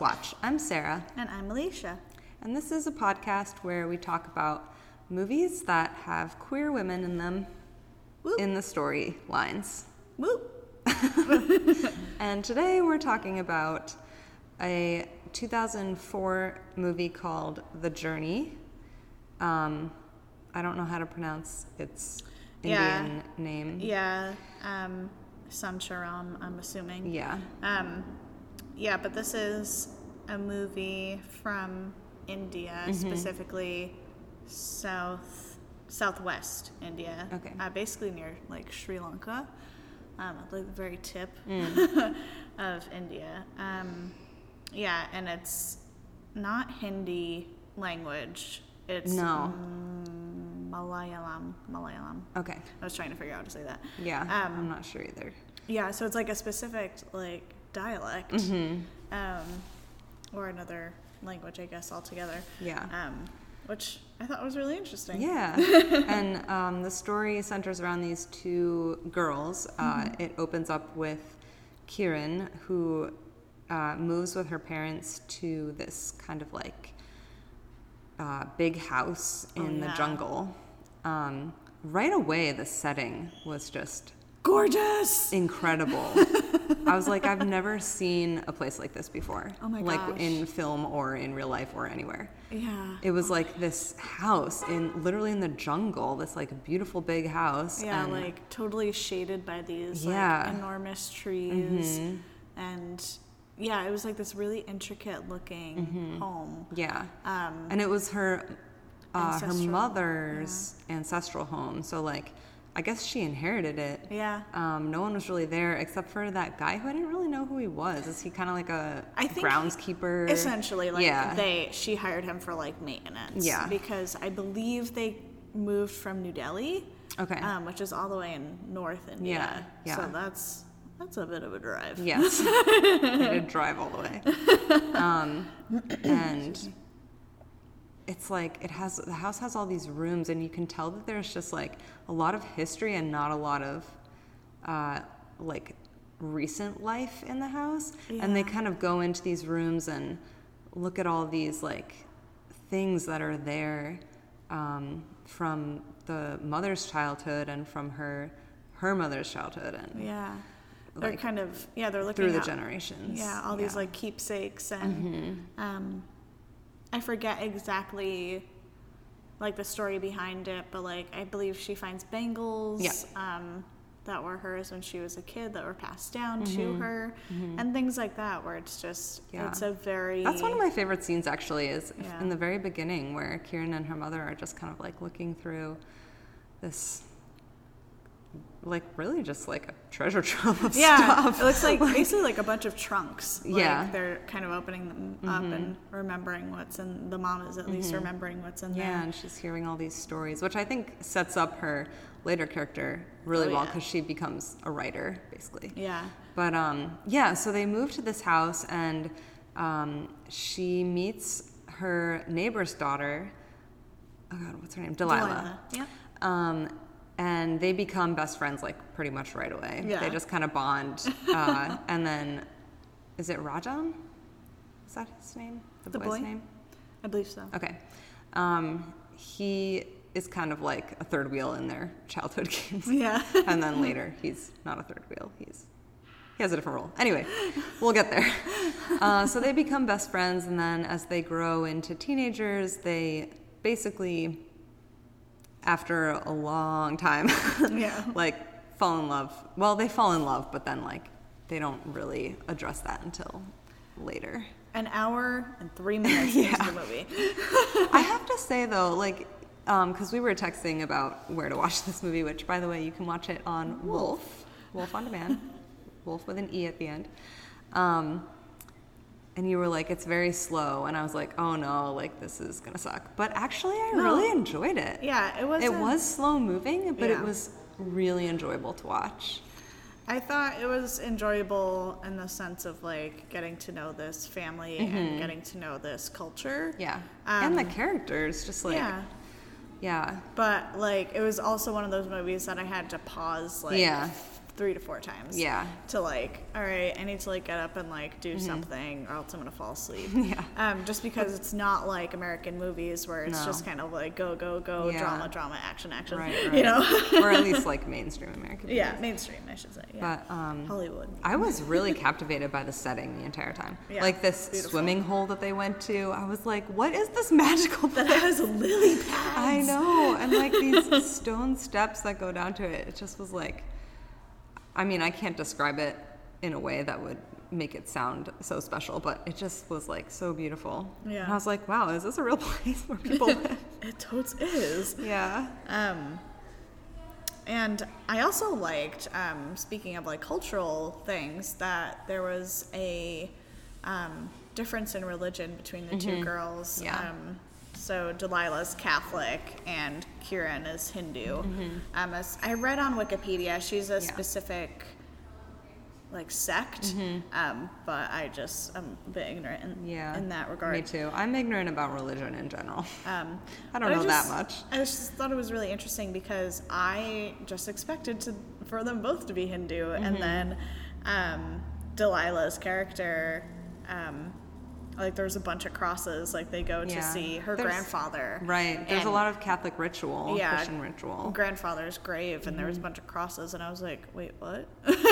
Watch. I'm Sarah, And I'm Alicia. and this is a podcast where we talk about movies that have queer women in them Woo. in the storylines. Whoop. And today we're talking about a 2004 movie called The Journey. Um, I don't know how to pronounce its Yeah. Indian name. Yeah. Um, Sancharam, I'm assuming. Yeah. Um, yeah, but this is a movie from India, Mm-hmm. specifically south southwest India. Okay. Uh, basically near like Sri Lanka, um, at, like the very tip Mm. of India. Um, yeah, and it's not Hindi language. It's No. mm, Malayalam. Malayalam. Okay. I was trying to figure out how to say that. Yeah. Um, I'm not sure either. Yeah, so it's like a specific like dialect, Mm-hmm. um, or another language, I guess, altogether. Yeah. Um, which I thought was really interesting. Yeah. and um, the story centers around these two girls. Uh, Mm-hmm. It opens up with Kiran, who uh, moves with her parents to this kind of like uh, big house in Oh, the yeah. jungle. Um, right away, the setting was just Gorgeous. incredible. I was like, I've never seen a place like this before. Oh my like gosh. in film or in real life or anywhere. Yeah. It was like this house in literally in the jungle, this like beautiful big house. yeah, and like totally shaded by these um, Yeah. Mm-hmm. like enormous trees, and yeah, it was like this really intricate looking Mm-hmm. home. yeah. Um, And it was her uh, her Ancestral, mother's ancestral home. So like I guess she inherited it. yeah. Um, no one was really there except for that guy who I didn't really know who he was. Is he kind of like a I think groundskeeper? essentially like yeah. they she hired him for like maintenance Yeah. because i believe they moved from new delhi Okay. um, which is all the way in north india Yeah, yeah. so that's that's a bit of a drive Yes. I did drive all the way. Um, and it's like it has the house has all these rooms, and you can tell that there's just like a lot of history and not a lot of uh, like recent life in the house. And they Yeah. kind of go into these rooms and look at all these like things that are there um, from the mother's childhood and from her her mother's childhood and yeah they're Like, kind of yeah they're looking through the out- generations. Mm-hmm. yeah all these like keepsakes and um, i forget exactly like the story behind it but like i believe she finds bangles Yeah. um, that were hers when she was a kid that were passed down to her and things like that where it's just Mm-hmm. Yeah. it's a very That's one of my favorite scenes actually is f- Yeah. in the very beginning where Kieran and her mother are just kind of like looking through this like really just like a treasure trove of yeah stuff. it looks like basically like a bunch of trunks like Yeah. Mm-hmm. they're kind of opening them up and remembering what's in the mom is at least remembering what's in Yeah, there and she's hearing all these stories, which I think sets up her later character really Oh, well yeah. because she becomes a writer basically. yeah But um, yeah, so they move to this house, and um, she meets her neighbor's daughter. Oh God, what's her name? Delilah. yeah Um, and they become best friends like pretty much right away. Yeah. They just kind of bond. Uh, and then, is it Rajam? Is that his name? The boy? name? i believe so Okay. Um, he is kind of like a third wheel in their childhood games yeah and then later he's not a third wheel he's he has a different role anyway we'll get there uh, so they become best friends and then as they grow into teenagers they basically after a long time Yeah. like fall in love well they fall in love but then like they don't really address that until later An hour and three minutes into the movie. I have to say though, like, because we were texting about where to watch this movie, which, by the way, you can watch it on Wolf, Wolf on Demand, Wolf with an E at the end. Um, and you were like, it's very slow, and I was like, oh no, like this is gonna suck. But actually, I No. really enjoyed it. Yeah, it was. it was slow moving, but Yeah. it was really enjoyable to watch. I thought it was enjoyable in the sense of like getting to know this family and getting to know this culture. Mm-hmm. Yeah, and the characters, just like, Um, yeah. yeah. But like, it was also one of those movies that I had to pause like Yeah. three to four times. Yeah. To like, all right, I need to like get up and like do something, or else I'm gonna fall asleep. Mm-hmm. Yeah. Um, just because it's not like American movies where it's No. just kind of like go go go Yeah. drama drama action action. Right, You right. know. or at least like mainstream American. yeah, movies. mainstream, I should say. Yeah. But um, Hollywood. I was really captivated by the setting the entire time. Yeah, like this beautiful. swimming hole that they went to. I was like, what is this magical That place? has lily pads. I know. And like these stone steps that go down to it. It just was like, I mean, I can't describe it in a way that would make it sound so special, but it just was like so beautiful. Yeah. And I was like, wow, is this a real place where people live? It totes is. yeah. Um, and I also liked, um, speaking of like cultural things, that there was a um, difference in religion between the two girls. Mm-hmm. Yeah. Um, so Delilah's Catholic and Kieran is Hindu. Mm-hmm. Um, as I read on Wikipedia, she's a specific like sect, um, but I just am a bit ignorant in, Mm-hmm. Yeah. in that regard. Me too. I'm ignorant about religion in general. Um, I don't but know that just- much. I just thought it was really interesting because I just expected to for them both to be Hindu, Mm-hmm. and then um, Delilah's character, um, like there's a bunch of crosses. Like they go to Yeah. see her There's- grandfather. Right. There's a and lot of Catholic ritual, Yeah. Christian ritual. grandfather's grave, and Mm-hmm. there was a bunch of crosses, and I was like, wait, what?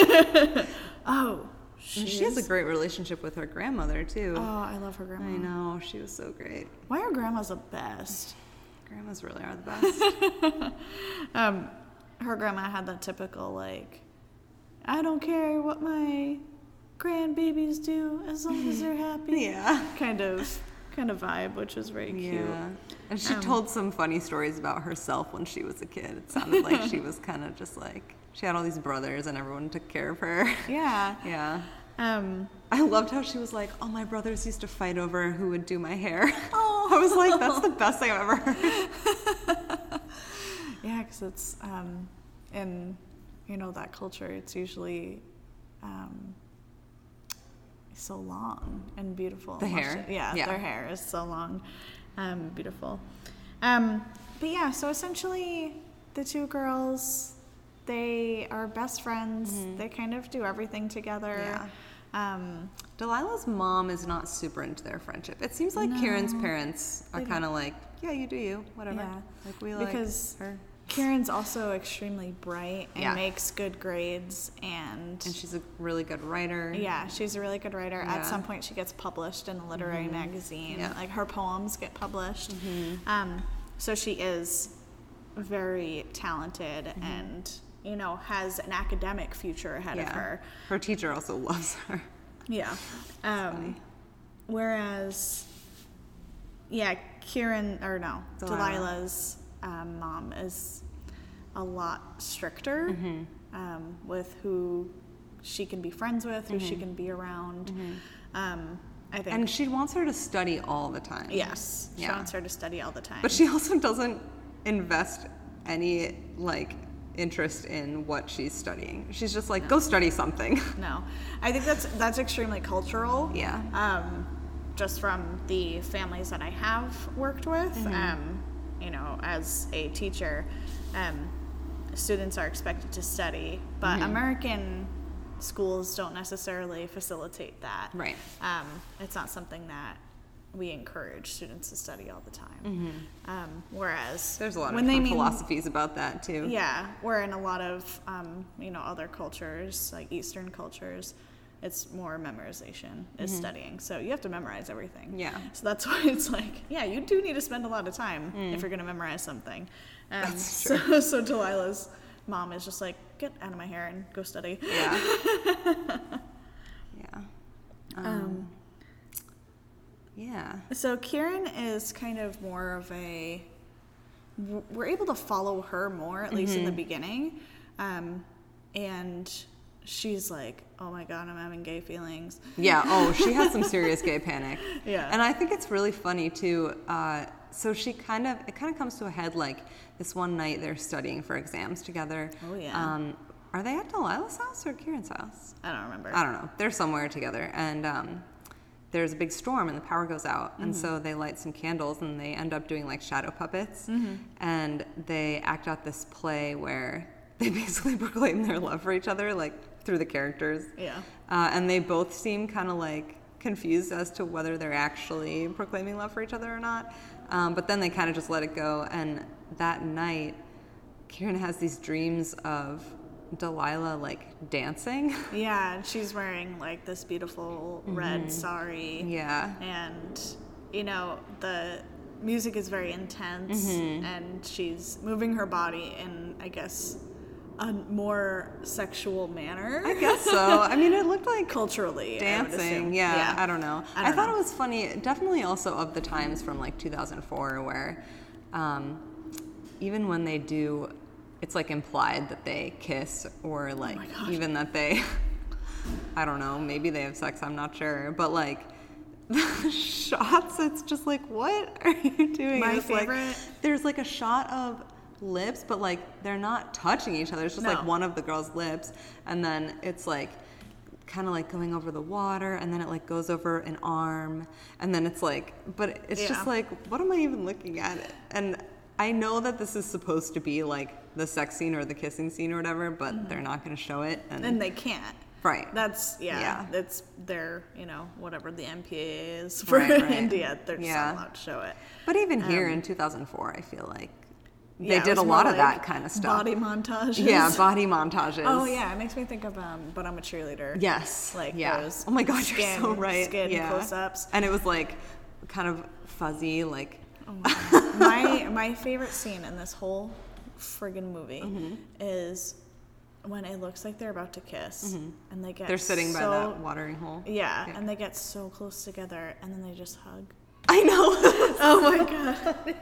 oh, she, And she has a is- great relationship with her grandmother too. Oh, I love her grandma. I know she was so great. Why are grandmas the best? Grandmas really are the best. um, her grandma had that typical like, I don't care what my grandbabies do as long as they're happy. Yeah. Kind of, kind of vibe, which is very cute. yeah. And Um, she told some funny stories about herself when she was a kid. It sounded like she was kind of just like she had all these brothers and everyone took care of her. Yeah. yeah. Um, I loved how she was like, "All my brothers used to fight over who would do my hair." Oh, I was like, "That's the best thing I've ever heard." yeah, because it's um, in you know that culture, it's usually um, so long and beautiful. The and lush- hair? yeah, Yeah. their hair is so long, um, beautiful. Um, but yeah, so essentially, the two girls, they are best friends. They kind of do everything together. Mm-hmm. Yeah. Um, Delilah's mom is not super into their friendship. It seems like Kieran's parents are They kind of like, "Yeah, you do you, whatever." Yeah. Like we like Because- her, Karen's also extremely bright and Yeah. makes good grades and and she's a really good writer. Yeah, she's a really good writer. Yeah. Mm-hmm. At some point, she gets published in a literary magazine. Yeah. Mm-hmm. Like her poems get published. Um, so she is very talented Mm-hmm. and, you know, has an academic future ahead of Yeah. her. Her teacher also loves her. Yeah. Um, whereas, yeah, Kieran, or no, Delilah. Delilah's um, mom is a lot stricter Mm-hmm. um, with who she can be friends with, who she can be around. Um, I think. Mm-hmm. And she wants her to study all the time. yes. She Yeah. wants her to study all the time. But she also doesn't invest any like interest in what she's studying. She's just like, "Go study something." no. I think that's that's extremely cultural. yeah. um, just from the families that I have worked with. Mm-hmm. Um, you know, as a teacher, um, students are expected to study, but Mm-hmm. American schools don't necessarily facilitate that. Right. Um, it's not something that we encourage students to study all the time. Um, whereas Mm-hmm. There's a lot of when they different mean philosophies about that too. yeah, where in a lot of um, you know other cultures, like Eastern cultures, it's more memorization is studying. So you have to memorize everything. Mm-hmm. Yeah. So that's why it's like, yeah, you do need to spend a lot of time Mm. if you're going to memorize something. Um, So, so Delilah's mom is just like, get out of my hair and go study. Yeah. yeah. Um, yeah. So Kieran is kind of more of a. w- We're able to follow her more, at least in the beginning. Um, and she's like, oh my God, I'm having gay feelings. Yeah. Oh, she had some serious gay panic. Yeah. And I think it's really funny too. Uh, so she kind of it kind of comes to a head like this one night they're studying for exams together. Oh, yeah. Um, are they at Delilah's house or Kieran's house? I don't remember. I don't know. They're somewhere together, and um, there's a big storm, and the power goes out, and so they light some candles, and they end up doing like shadow puppets, and they act out this play where they basically proclaim their love for each other like through the characters. Yeah. Uh, and they both seem kind of like confused as to whether they're actually proclaiming love for each other or not. Um, but then they kind of just let it go. And that night, Kieran has these dreams of Delilah like dancing. Yeah, and she's wearing like this beautiful red sari. yeah. And, you know, the music is very intense and she's moving her body in, I guess, a more sexual manner. I guess so. I mean, it looked like Culturally, I would assume. dancing. Yeah, I don't know. I I, don't thought know. it was funny, definitely also of the times from like 2004, where um, even when they do, it's like implied that they kiss Oh or like even that they, I don't know, maybe they have sex, I'm not sure. But like, the shots, it's just like, what are you doing? My It's like- favorite- there's like a shot of lips, but like they're not touching each other. It's just like No. one of the girl's lips, and then it's like kind of like going over the water, and then it like goes over an arm, and then it's like, but it's just Yeah. like, what am I even looking at? And I know that this is supposed to be like the sex scene or the kissing scene or whatever, but they're not going to show it. And, Mm-hmm. And they can't. right, That's yeah. Yeah. That's their you know whatever the MPA is for Right, right. India. They're just Yeah. not allowed to show it. but even here in 2004, I feel like they um, Yeah, it did was a lot more of like that kind of stuff. Body montages. yeah, body montages. Oh yeah, it makes me think of um, but I'm a cheerleader. Yes. Like yeah. those. Oh my god, skin, you're so right. Skin yeah. close-ups. And it was like kind of fuzzy, like Oh my my favorite scene in this whole friggin' movie Mm-hmm. is when it looks like they're about to kiss and they get Mm-hmm. they're sitting by so- that watering hole. Yeah, Yeah. and they get so close together and then they just hug. I know. Oh my god.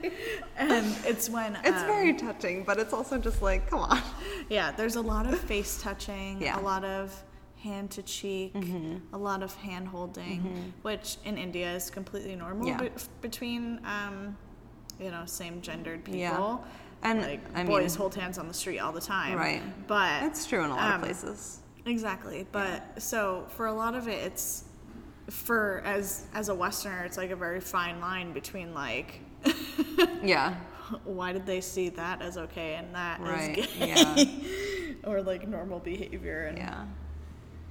and it's when it's um, very touching, but it's also just like, come on. Yeah, there's a lot of face touching, Yeah. Mm-hmm. a lot of hand to cheek, a lot of hand holding, which in India is completely normal Yeah. be- between, um, you know, same gendered people. Yeah. And, like I mean- boys hold hands on the street all the time, Right. But That's true in a lot um, of places. Exactly, but so for a lot of it, it's for as as a Westerner, it's like a very fine line between like. Yeah. Why did they see that as okay and that as Right. gay? Yeah. or like normal behavior and Yeah.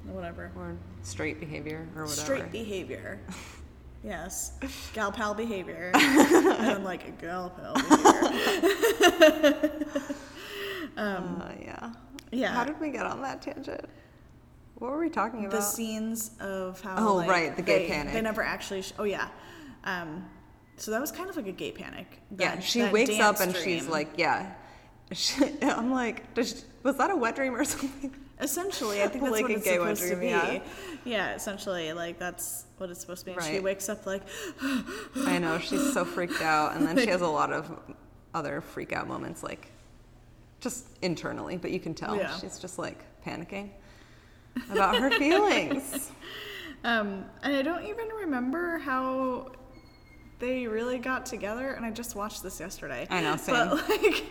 whatever. Or straight behavior or whatever. Straight behavior. yes. Gal pal behavior. and like a gal pal behavior. Uh, yeah. yeah. How did we get on that tangent? What were we talking about? the scenes of how. Oh, like, right, the gay they, panic. They never actually. Sh- oh, yeah. Um, so that was kind of like a gay panic. yeah, that- she that wakes up dance and she's dream. like, yeah. She, I'm like, does she- was that a wet dream or something? Essentially, I think that's Like what a it's gay supposed to wet be. dream, Yeah. yeah. essentially, like that's what it's supposed to be. And She Right. wakes up like, I know she's so freaked out, and then she has a lot of other freak out moments, like just internally. But you can tell Yeah. she's just like panicking about her feelings. Um, and I don't even remember how they really got together. And I just watched this yesterday. I know, But like,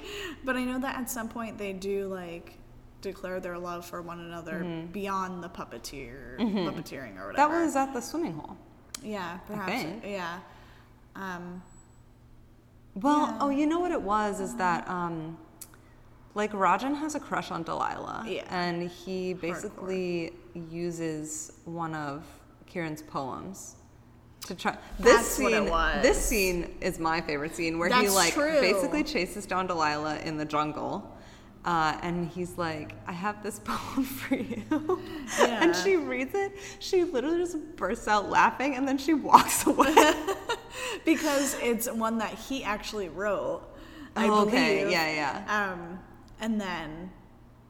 but I know that at some point they do like declare their love for one another beyond the puppeteer, puppeteering or whatever. Mm-hmm. That was at the swimming hole. yeah, perhaps think. yeah. Um, Well, oh, you know what it was is that um, like Rajan has a crush on Delilah, Yeah. and he basically uses one of Kieran's poems. To try this That's what it scene, was. this scene is my favorite scene where he That's like true. basically chases down Delilah in the jungle, uh, and he's like, "I have this poem for you," Yeah. and she reads it. She literally just bursts out laughing, and then she walks away. because it's one that he actually wrote. I Oh, okay, believe. yeah, yeah. Um, and then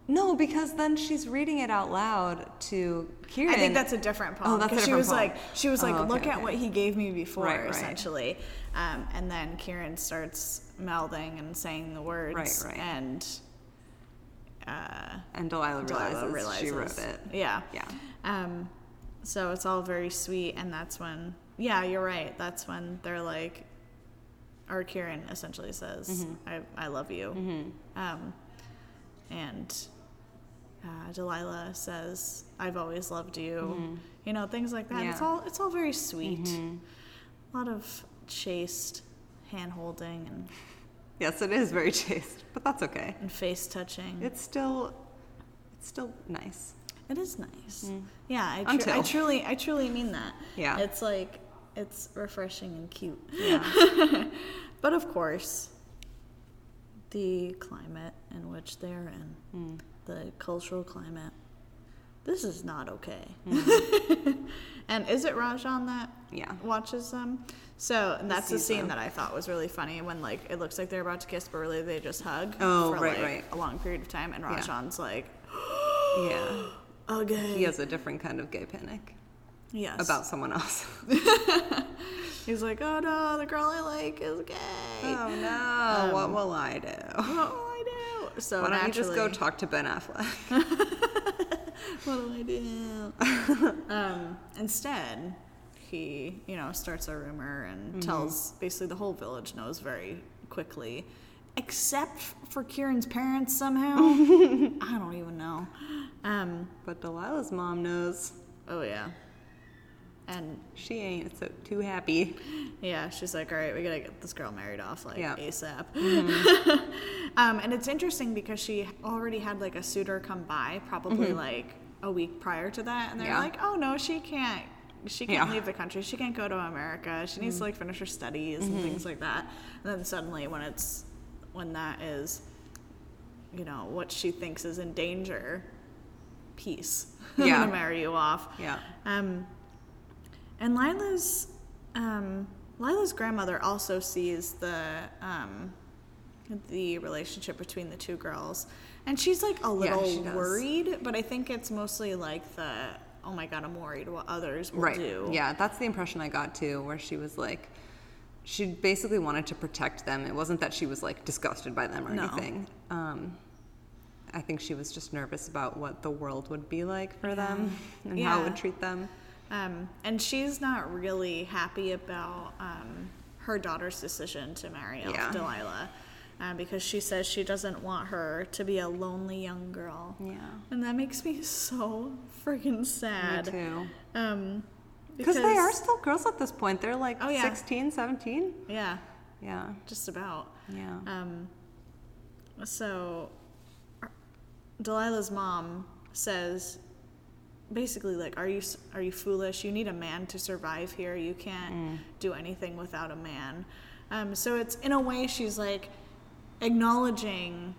No, because then she's reading it out loud to Kieran. I think that's a different poem. Oh, that's a 'cause she different was poem. like, she was like, Oh, okay, look at okay. what he gave me before, Right, right. essentially. Um, and then Kieran starts mouthing and saying the words, right. and uh, and Delilah realizes, Delilah realizes she wrote it. Yeah, Yeah. Um, so it's all very sweet, and that's when, yeah, you're right. That's when they're like, or Kieran essentially says, "I I love you," um, and uh, Delilah says, "I've always loved you." You know, things like that. It's Yeah. all it's all very sweet. A lot of chaste hand holding and Yes, it is very chaste, but that's okay. and face touching. It's still, it's still nice. It is nice. Yeah, I, Mm. tru- I Until. truly, I truly mean that. Yeah. it's like it's refreshing and cute. but of course, the climate in which they're in, Mm. the cultural climate, this is not okay. Mm. and is it Rajan that Yeah. watches them? So and that's the sees scene them. that I thought was really funny when like it looks like they're about to kiss, but really they just hug Oh, for right, like right. a long period of time, and Yeah. Rajan's like. Yeah. Okay. He has a different kind of gay panic Yes. about someone else. He's like, oh no, the girl I like is gay. Oh no, what will I do? What will I do? So Why don't you just go naturally- talk to Ben Affleck? what do I do? um, instead, he, you know, starts a rumor and Mm-hmm. tells basically the whole village knows very quickly, except for Kieran's parents somehow. I don't even know. Um, But Delilah's mom knows oh yeah. And she ain't so too happy. Yeah, she's like, all right, we gotta get this girl married off like Yeah. Mm-hmm. ASAP. um, and it's interesting because she already had like a suitor come by, probably like a week prior to that, and they're Mm-hmm. Yeah. like, oh no, she can't. She can't Yeah. Mm-hmm. leave the country. She can't go to America. She needs to like finish her studies and things like that. And then suddenly, when it's when that is, you know, what she thinks is in danger, peace. I'm Yeah. gonna marry you off. Yeah. Um, and Lila's um, Lila's grandmother also sees the um, the relationship between the two girls, and she's like a little she does. worried. But I think it's mostly like the oh my god, I'm worried what others will right. do. Yeah, that's the impression I got too, where she was like, she basically wanted to protect them. It wasn't that she was like disgusted by them or No. anything. Um, I think she was just nervous about what the world would be like for them and how it Yeah. would treat them. Um, and she's not really happy about um, her daughter's decision to marry off Yeah. Delilah. Um, because she says she doesn't want her to be a lonely young girl. Yeah. And that makes me so freaking sad. Me too. Um, Because they are still girls at this point. They're like Oh, yeah. sixteen, seventeen. 16, 17. Yeah, Yeah. just about. Yeah. Um, so Delilah's mom says basically like are you s- are you foolish you need a man to survive here you can't do anything without a man um, so it's in a way she's like acknowledging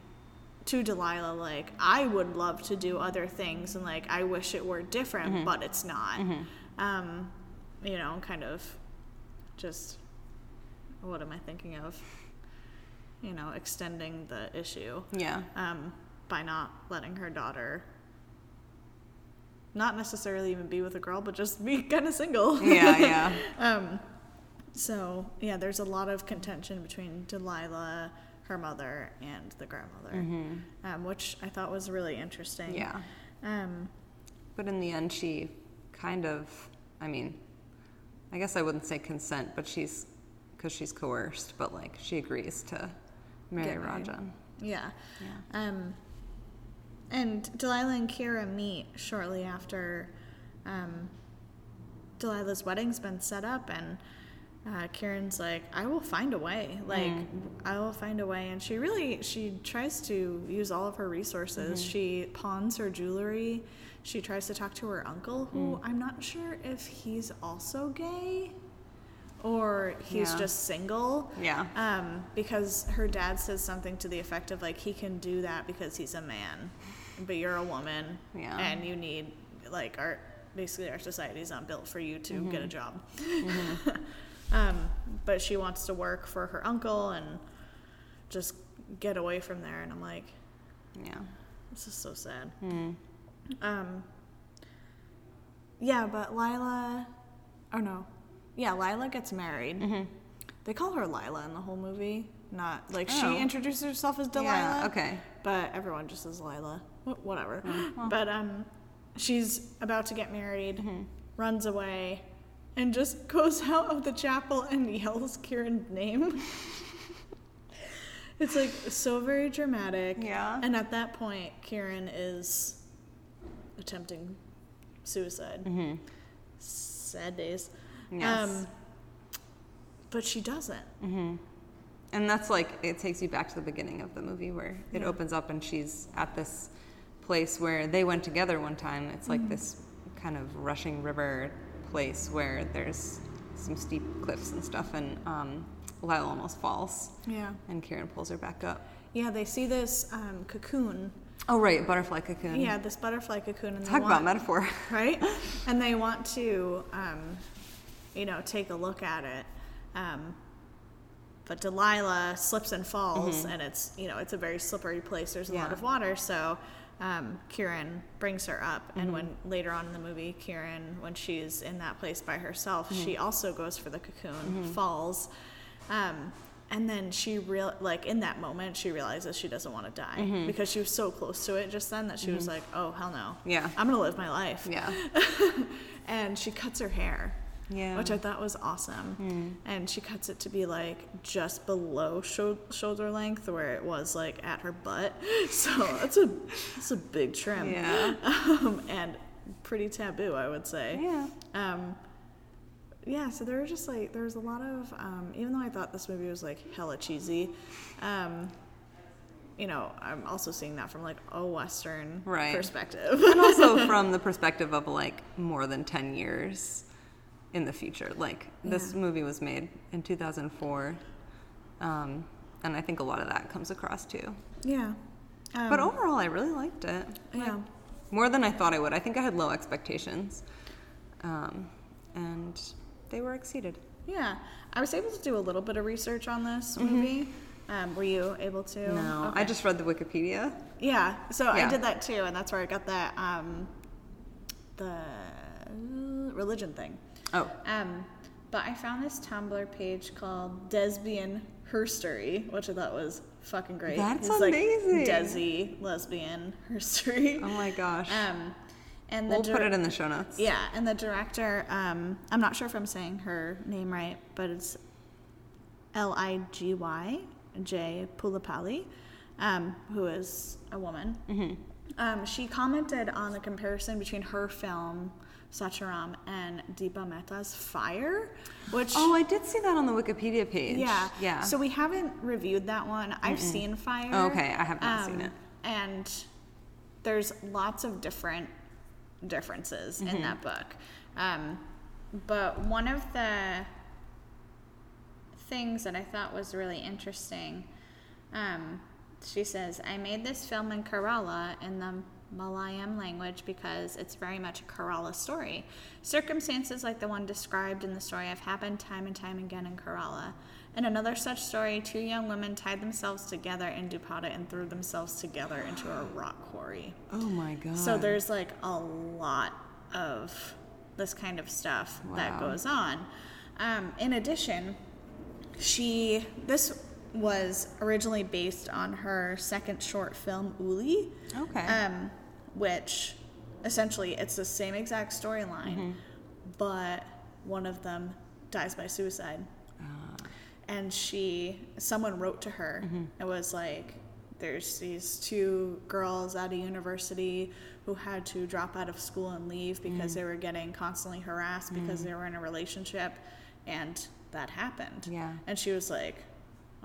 to delilah like i would love to do other things and like i wish it were different but it's not um, you know kind of just what am i thinking of you know extending the issue Yeah. um, by not letting her daughter not necessarily even be with a girl, but just be kind of single. Yeah, yeah. um, so, yeah, there's a lot of contention between Delilah, her mother, and the grandmother, um, which I thought was really interesting. Mm-hmm. Yeah. Um, But in the end, she kind of, I mean, I guess I wouldn't say consent, but she's, because she's coerced, but like she agrees to marry Get married. Rajan. yeah. Yeah. Um, and Delilah and Kira meet shortly after um, Delilah's wedding's been set up, and uh, Kieran's like, "I will find a way. Like, I will find a way." And she really she tries to use all of her resources. She pawns her jewelry. She tries to talk to her uncle, who I'm not sure if he's also gay or he's Yeah. just single Yeah. um, because her dad says something to the effect of like he can do that because he's a man, but you're a woman, Yeah. and you need like our basically our society's not built for you to Mm-hmm. get a job. um, but she wants to work for her uncle and just get away from there, and I'm like, Yeah. this is so sad. Hmm. Um, yeah, but Lila. Oh no. Yeah, Lila gets married. Mm-hmm. They call her Lila in the whole movie. Not like Oh. she introduces herself as Delilah. Yeah, okay. But everyone just says Lila. Wh- Whatever. But um, she's about to get married, Mm-hmm. runs away, and just goes out of the chapel and yells Kieran's name. it's like so very dramatic. Yeah. And at that point, Kieran is attempting suicide. Sad days. Mm-hmm. Um, Yes. Mm-hmm. but she doesn't. And that's like it takes you back to the beginning of the movie where it opens up and she's at this place where they went together one time. It's Mm-hmm. like this kind of rushing river place where there's some steep cliffs and stuff, and um, Lyle almost falls, Yeah. and Kieran pulls her back up. Yeah, they see this um, cocoon. Oh right, butterfly cocoon. Yeah, this butterfly cocoon. And they Mm-hmm. Talk about want- metaphor. right? And they want to, um, you know, take a look at it. Um, but Delilah slips and falls, and it's you know it's a very slippery place. There's a lot Mm-hmm. Yeah. of water, so um, Kieran brings her up. Mm-hmm. And when later on in the movie, Kieran, when she's in that place by herself, Mm-hmm. she also goes for the cocoon, falls, um, and then she real like in that moment she realizes she doesn't want to die Mm-hmm. because she was so close to it just then that she was like, oh hell no, Yeah. I'm gonna live my life. Yeah. and she cuts her hair, Yeah. Hmm. which I thought was awesome. And she cuts it to be like just below shou- shoulder length, where it was like at her butt. So that's a that's a big trim. Yeah. Um, and pretty taboo, I would say. Yeah. Um, yeah, so there were just like there was a lot of um, even though I thought this movie was like hella cheesy, um, you know, I'm also seeing that from like a Western Right. perspective. and also from the perspective of like more than 10 years in the future like this Yeah. movie was made in 2004 um, and i think a lot of that comes across too Yeah. Um, but overall i really liked it Like, yeah. more than i thought i would i think i had low expectations um, and they were exceeded Yeah. I was able to do a little bit of research on this movie. Um, were you able to? Mm-hmm. no i Okay. just read the wikipedia Yeah. So Yeah. I did that too, and that's where I got that um, the religion thing. oh Um, but I found this Tumblr page called Desbian Herstory, which I thought was fucking great. That's It's amazing. Like Desi lesbian herstory. oh my gosh Um, and the we'll dir- put it in the show notes yeah, and the director, um, I'm not sure if I'm saying her name right, but it's L I G Y J Pulapali, um, who is a woman. Um, she commented on the comparison between her film Sacharam and Deepa Mehta's Fire, which oh i did see that on the wikipedia page yeah. yeah So we haven't reviewed that one. I've seen Fire. um, Oh, okay. I have not seen it. And there's lots of different differences Mm-hmm. in that book. Um, but one of the things that I thought was really interesting, um, she says, I made this film in Kerala in the Malayalam language because it's very much a Kerala story. Circumstances like the one described in the story have happened time and time again in Kerala. In another such story, two young women tied themselves together in Dupada and threw themselves together into a rock quarry. oh my god So there's like a lot of this kind of stuff Wow. that goes on. Um, in addition, she this was originally based on her second short film Uli, okay um, which essentially it's the same exact storyline, Mm-hmm. but one of them dies by suicide Ah. and she someone wrote to her Mm-hmm. it was like there's these two girls out of university who had to drop out of school and leave Mm. because they were getting constantly harassed because they were in a relationship and that happened Yeah. and she was like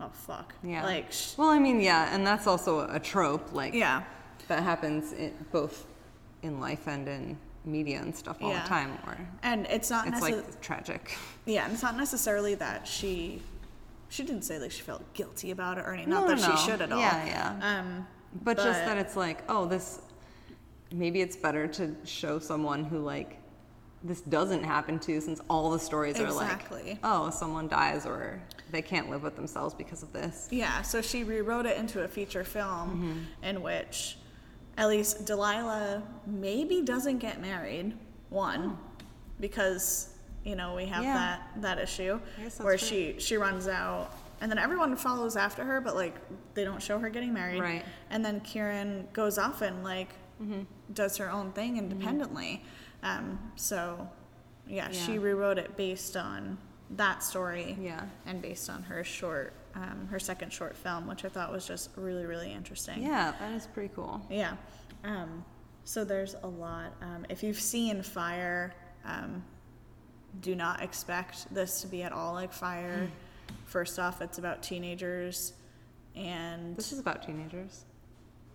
oh fuck Yeah. like sh- well, I mean, yeah, and that's also a trope, like yeah that happens in, both in life and in media and stuff all Yeah. the time. Where and it's not it's necessarily like tragic. yeah and it's not necessarily that she she didn't say like she felt guilty about it or anything No, not that no, no. she should at all Yeah, yeah. um But, just But- that it's like, oh, this. Maybe it's better to show someone who like this doesn't happen to, since all the stories are like, Exactly. oh, someone dies or they can't live with themselves because of this. Yeah, so she rewrote it into a feature film Mm-hmm. in which at least Delilah maybe doesn't get married, one, because, you know, we have Yeah. that, that issue I guess that's where true. she, she runs out and then everyone follows after her, but like they don't show her getting married. Right. Mm-hmm. And then Kieran goes off and like does her own thing independently. Um, so, yeah, Yeah. she rewrote it based on that story Yeah. and based on her short, um, her second short film, which I thought was just really, really interesting. Yeah, that is pretty cool. Yeah. Um, so there's a lot. Um, if you've seen Fire, um, do not expect this to be at all like Fire. Hmm. First off, it's about teenagers, and This is about teenagers.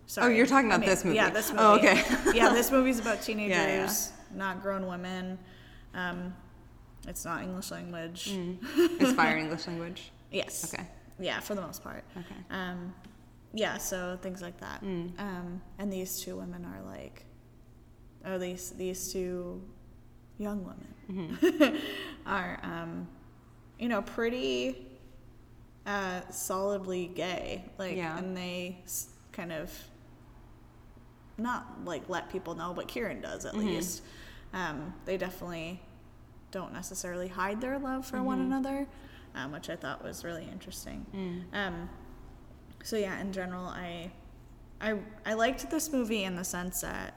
Sorry. you're talking about this movie. Yeah, this movie. Oh, okay. yeah, this movie's about teenagers, yeah. not grown women. Um, it's not English language. Inspire English language. Yes. Hmm. Okay. Yeah, for the most part. Okay. Um, yeah, so things like that. Um, and these two women are like, or these these two young women are, um, you know, pretty uh, solidly gay. Like, Yeah. and they s- kind of not like let people know, but Kieran does at least. Um, they definitely don't necessarily hide their love for one another, um, which I thought was really interesting. Um, so yeah, in general, I, I I liked this movie in the sense that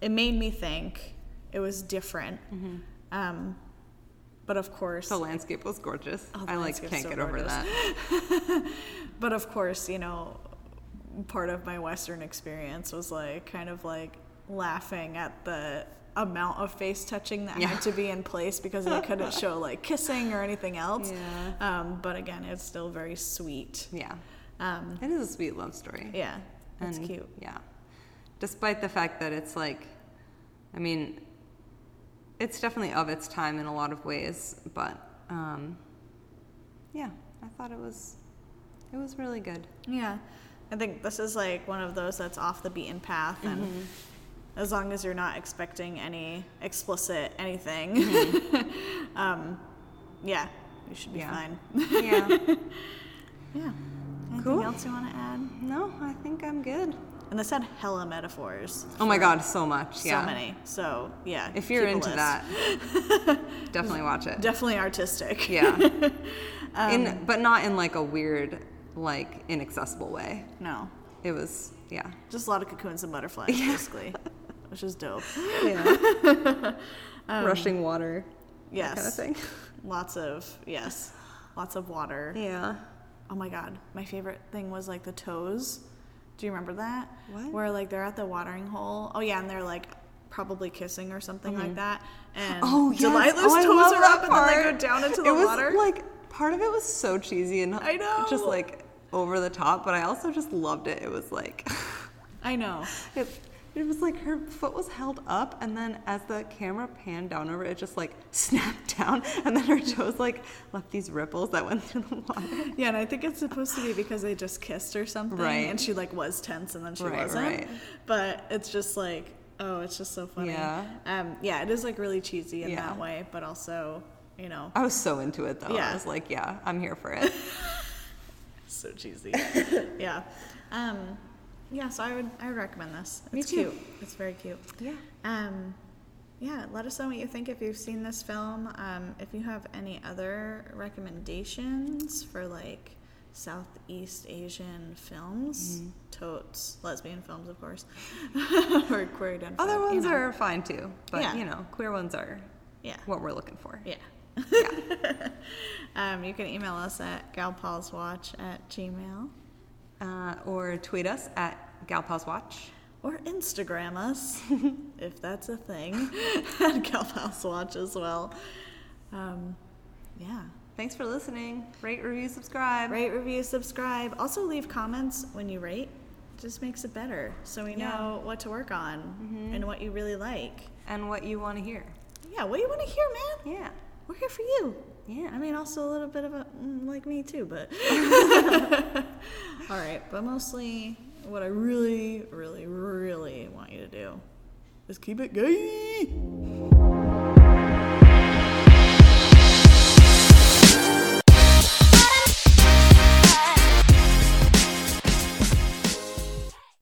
it made me think. It was different, um, but of course, The landscape was gorgeous. Oh, the I like landscape's can't so get over gorgeous. that. but of course, you know, part of my Western experience was like kind of like laughing at the amount of face touching that Yeah. had to be in place because they couldn't show like kissing or anything else. Yeah. Um, but again, it's still very sweet. Yeah. Um, It is a sweet love story. yeah, it's And, cute. Yeah. Despite the fact that it's like, I mean, it's definitely of its time in a lot of ways, but um, yeah, I thought it was, it was really good. Yeah. I think this is like one of those that's off the beaten path and Mm-hmm. as long as you're not expecting any explicit anything, um, yeah, you should be Mm-hmm. Yeah. fine. Yeah. Yeah. Anything Cool. else you want to add? no, I think I'm good. And this had hella metaphors. Oh my God, so much. So Yeah. many. So yeah. If you're keep into a list. that, definitely watch it. Definitely artistic. Yeah. Um, in, but not in like a weird, like inaccessible way. No. It was, yeah. Just a lot of cocoons and butterflies, basically. Which is dope. Rushing water. Um, Yes. Kind of thing. Lots of yes. Lots of water. Yeah. Oh my god, my favorite thing was like the toes. Do you remember that? What? Where like they're at the watering hole. Oh yeah, and they're like probably kissing or something like that. And Mm-hmm. Oh, yes. Delilah's Oh, I toes love are that up and then part. they go down into the it was, water. Like part of it was so cheesy and I know. just like over the top, but I also just loved it. It was like I know. it, it was like her foot was held up, and then as the camera panned down over, it just like snapped down, and then her toes like left these ripples that went through the water. Yeah, and I think it's supposed to be because they just kissed or something, Right. and she like was tense and then she Right, wasn't. right. But it's just like, oh, it's just so funny. Yeah. Um, yeah, it is like really cheesy in Yeah. Uh, that way, but also, you know, I was so into it though. Yeah. I was like, yeah, I'm here for it. so cheesy. yeah. Um, yeah, so I would I would recommend this. It's Me too. cute. It's very cute. Yeah. Um, yeah, let us know what you think if you've seen this film. Um, if you have any other recommendations for like Southeast Asian films, Mm-hmm. totes, lesbian films, of course, or queer identified. Other you ones know. are fine too, but Yeah. you know, queer ones are yeah, what we're looking for. yeah. um, you can email us at galpalswatch at gmail Uh, or tweet us at Galpals Watch. or Instagram us if that's a thing at galpalswatch as well. Um, yeah. Thanks for listening. Rate, review, subscribe. Rate, review, subscribe. Also, leave comments when you rate. It just makes it better so we Yeah. know what to work on and what you really like. And what you want to hear. Yeah, what do you want to hear, man? Yeah. We're here for you. Yeah. I mean, also a little bit of a mm, like me too, but all right. But mostly, what I really, really, really want you to do is keep it gay.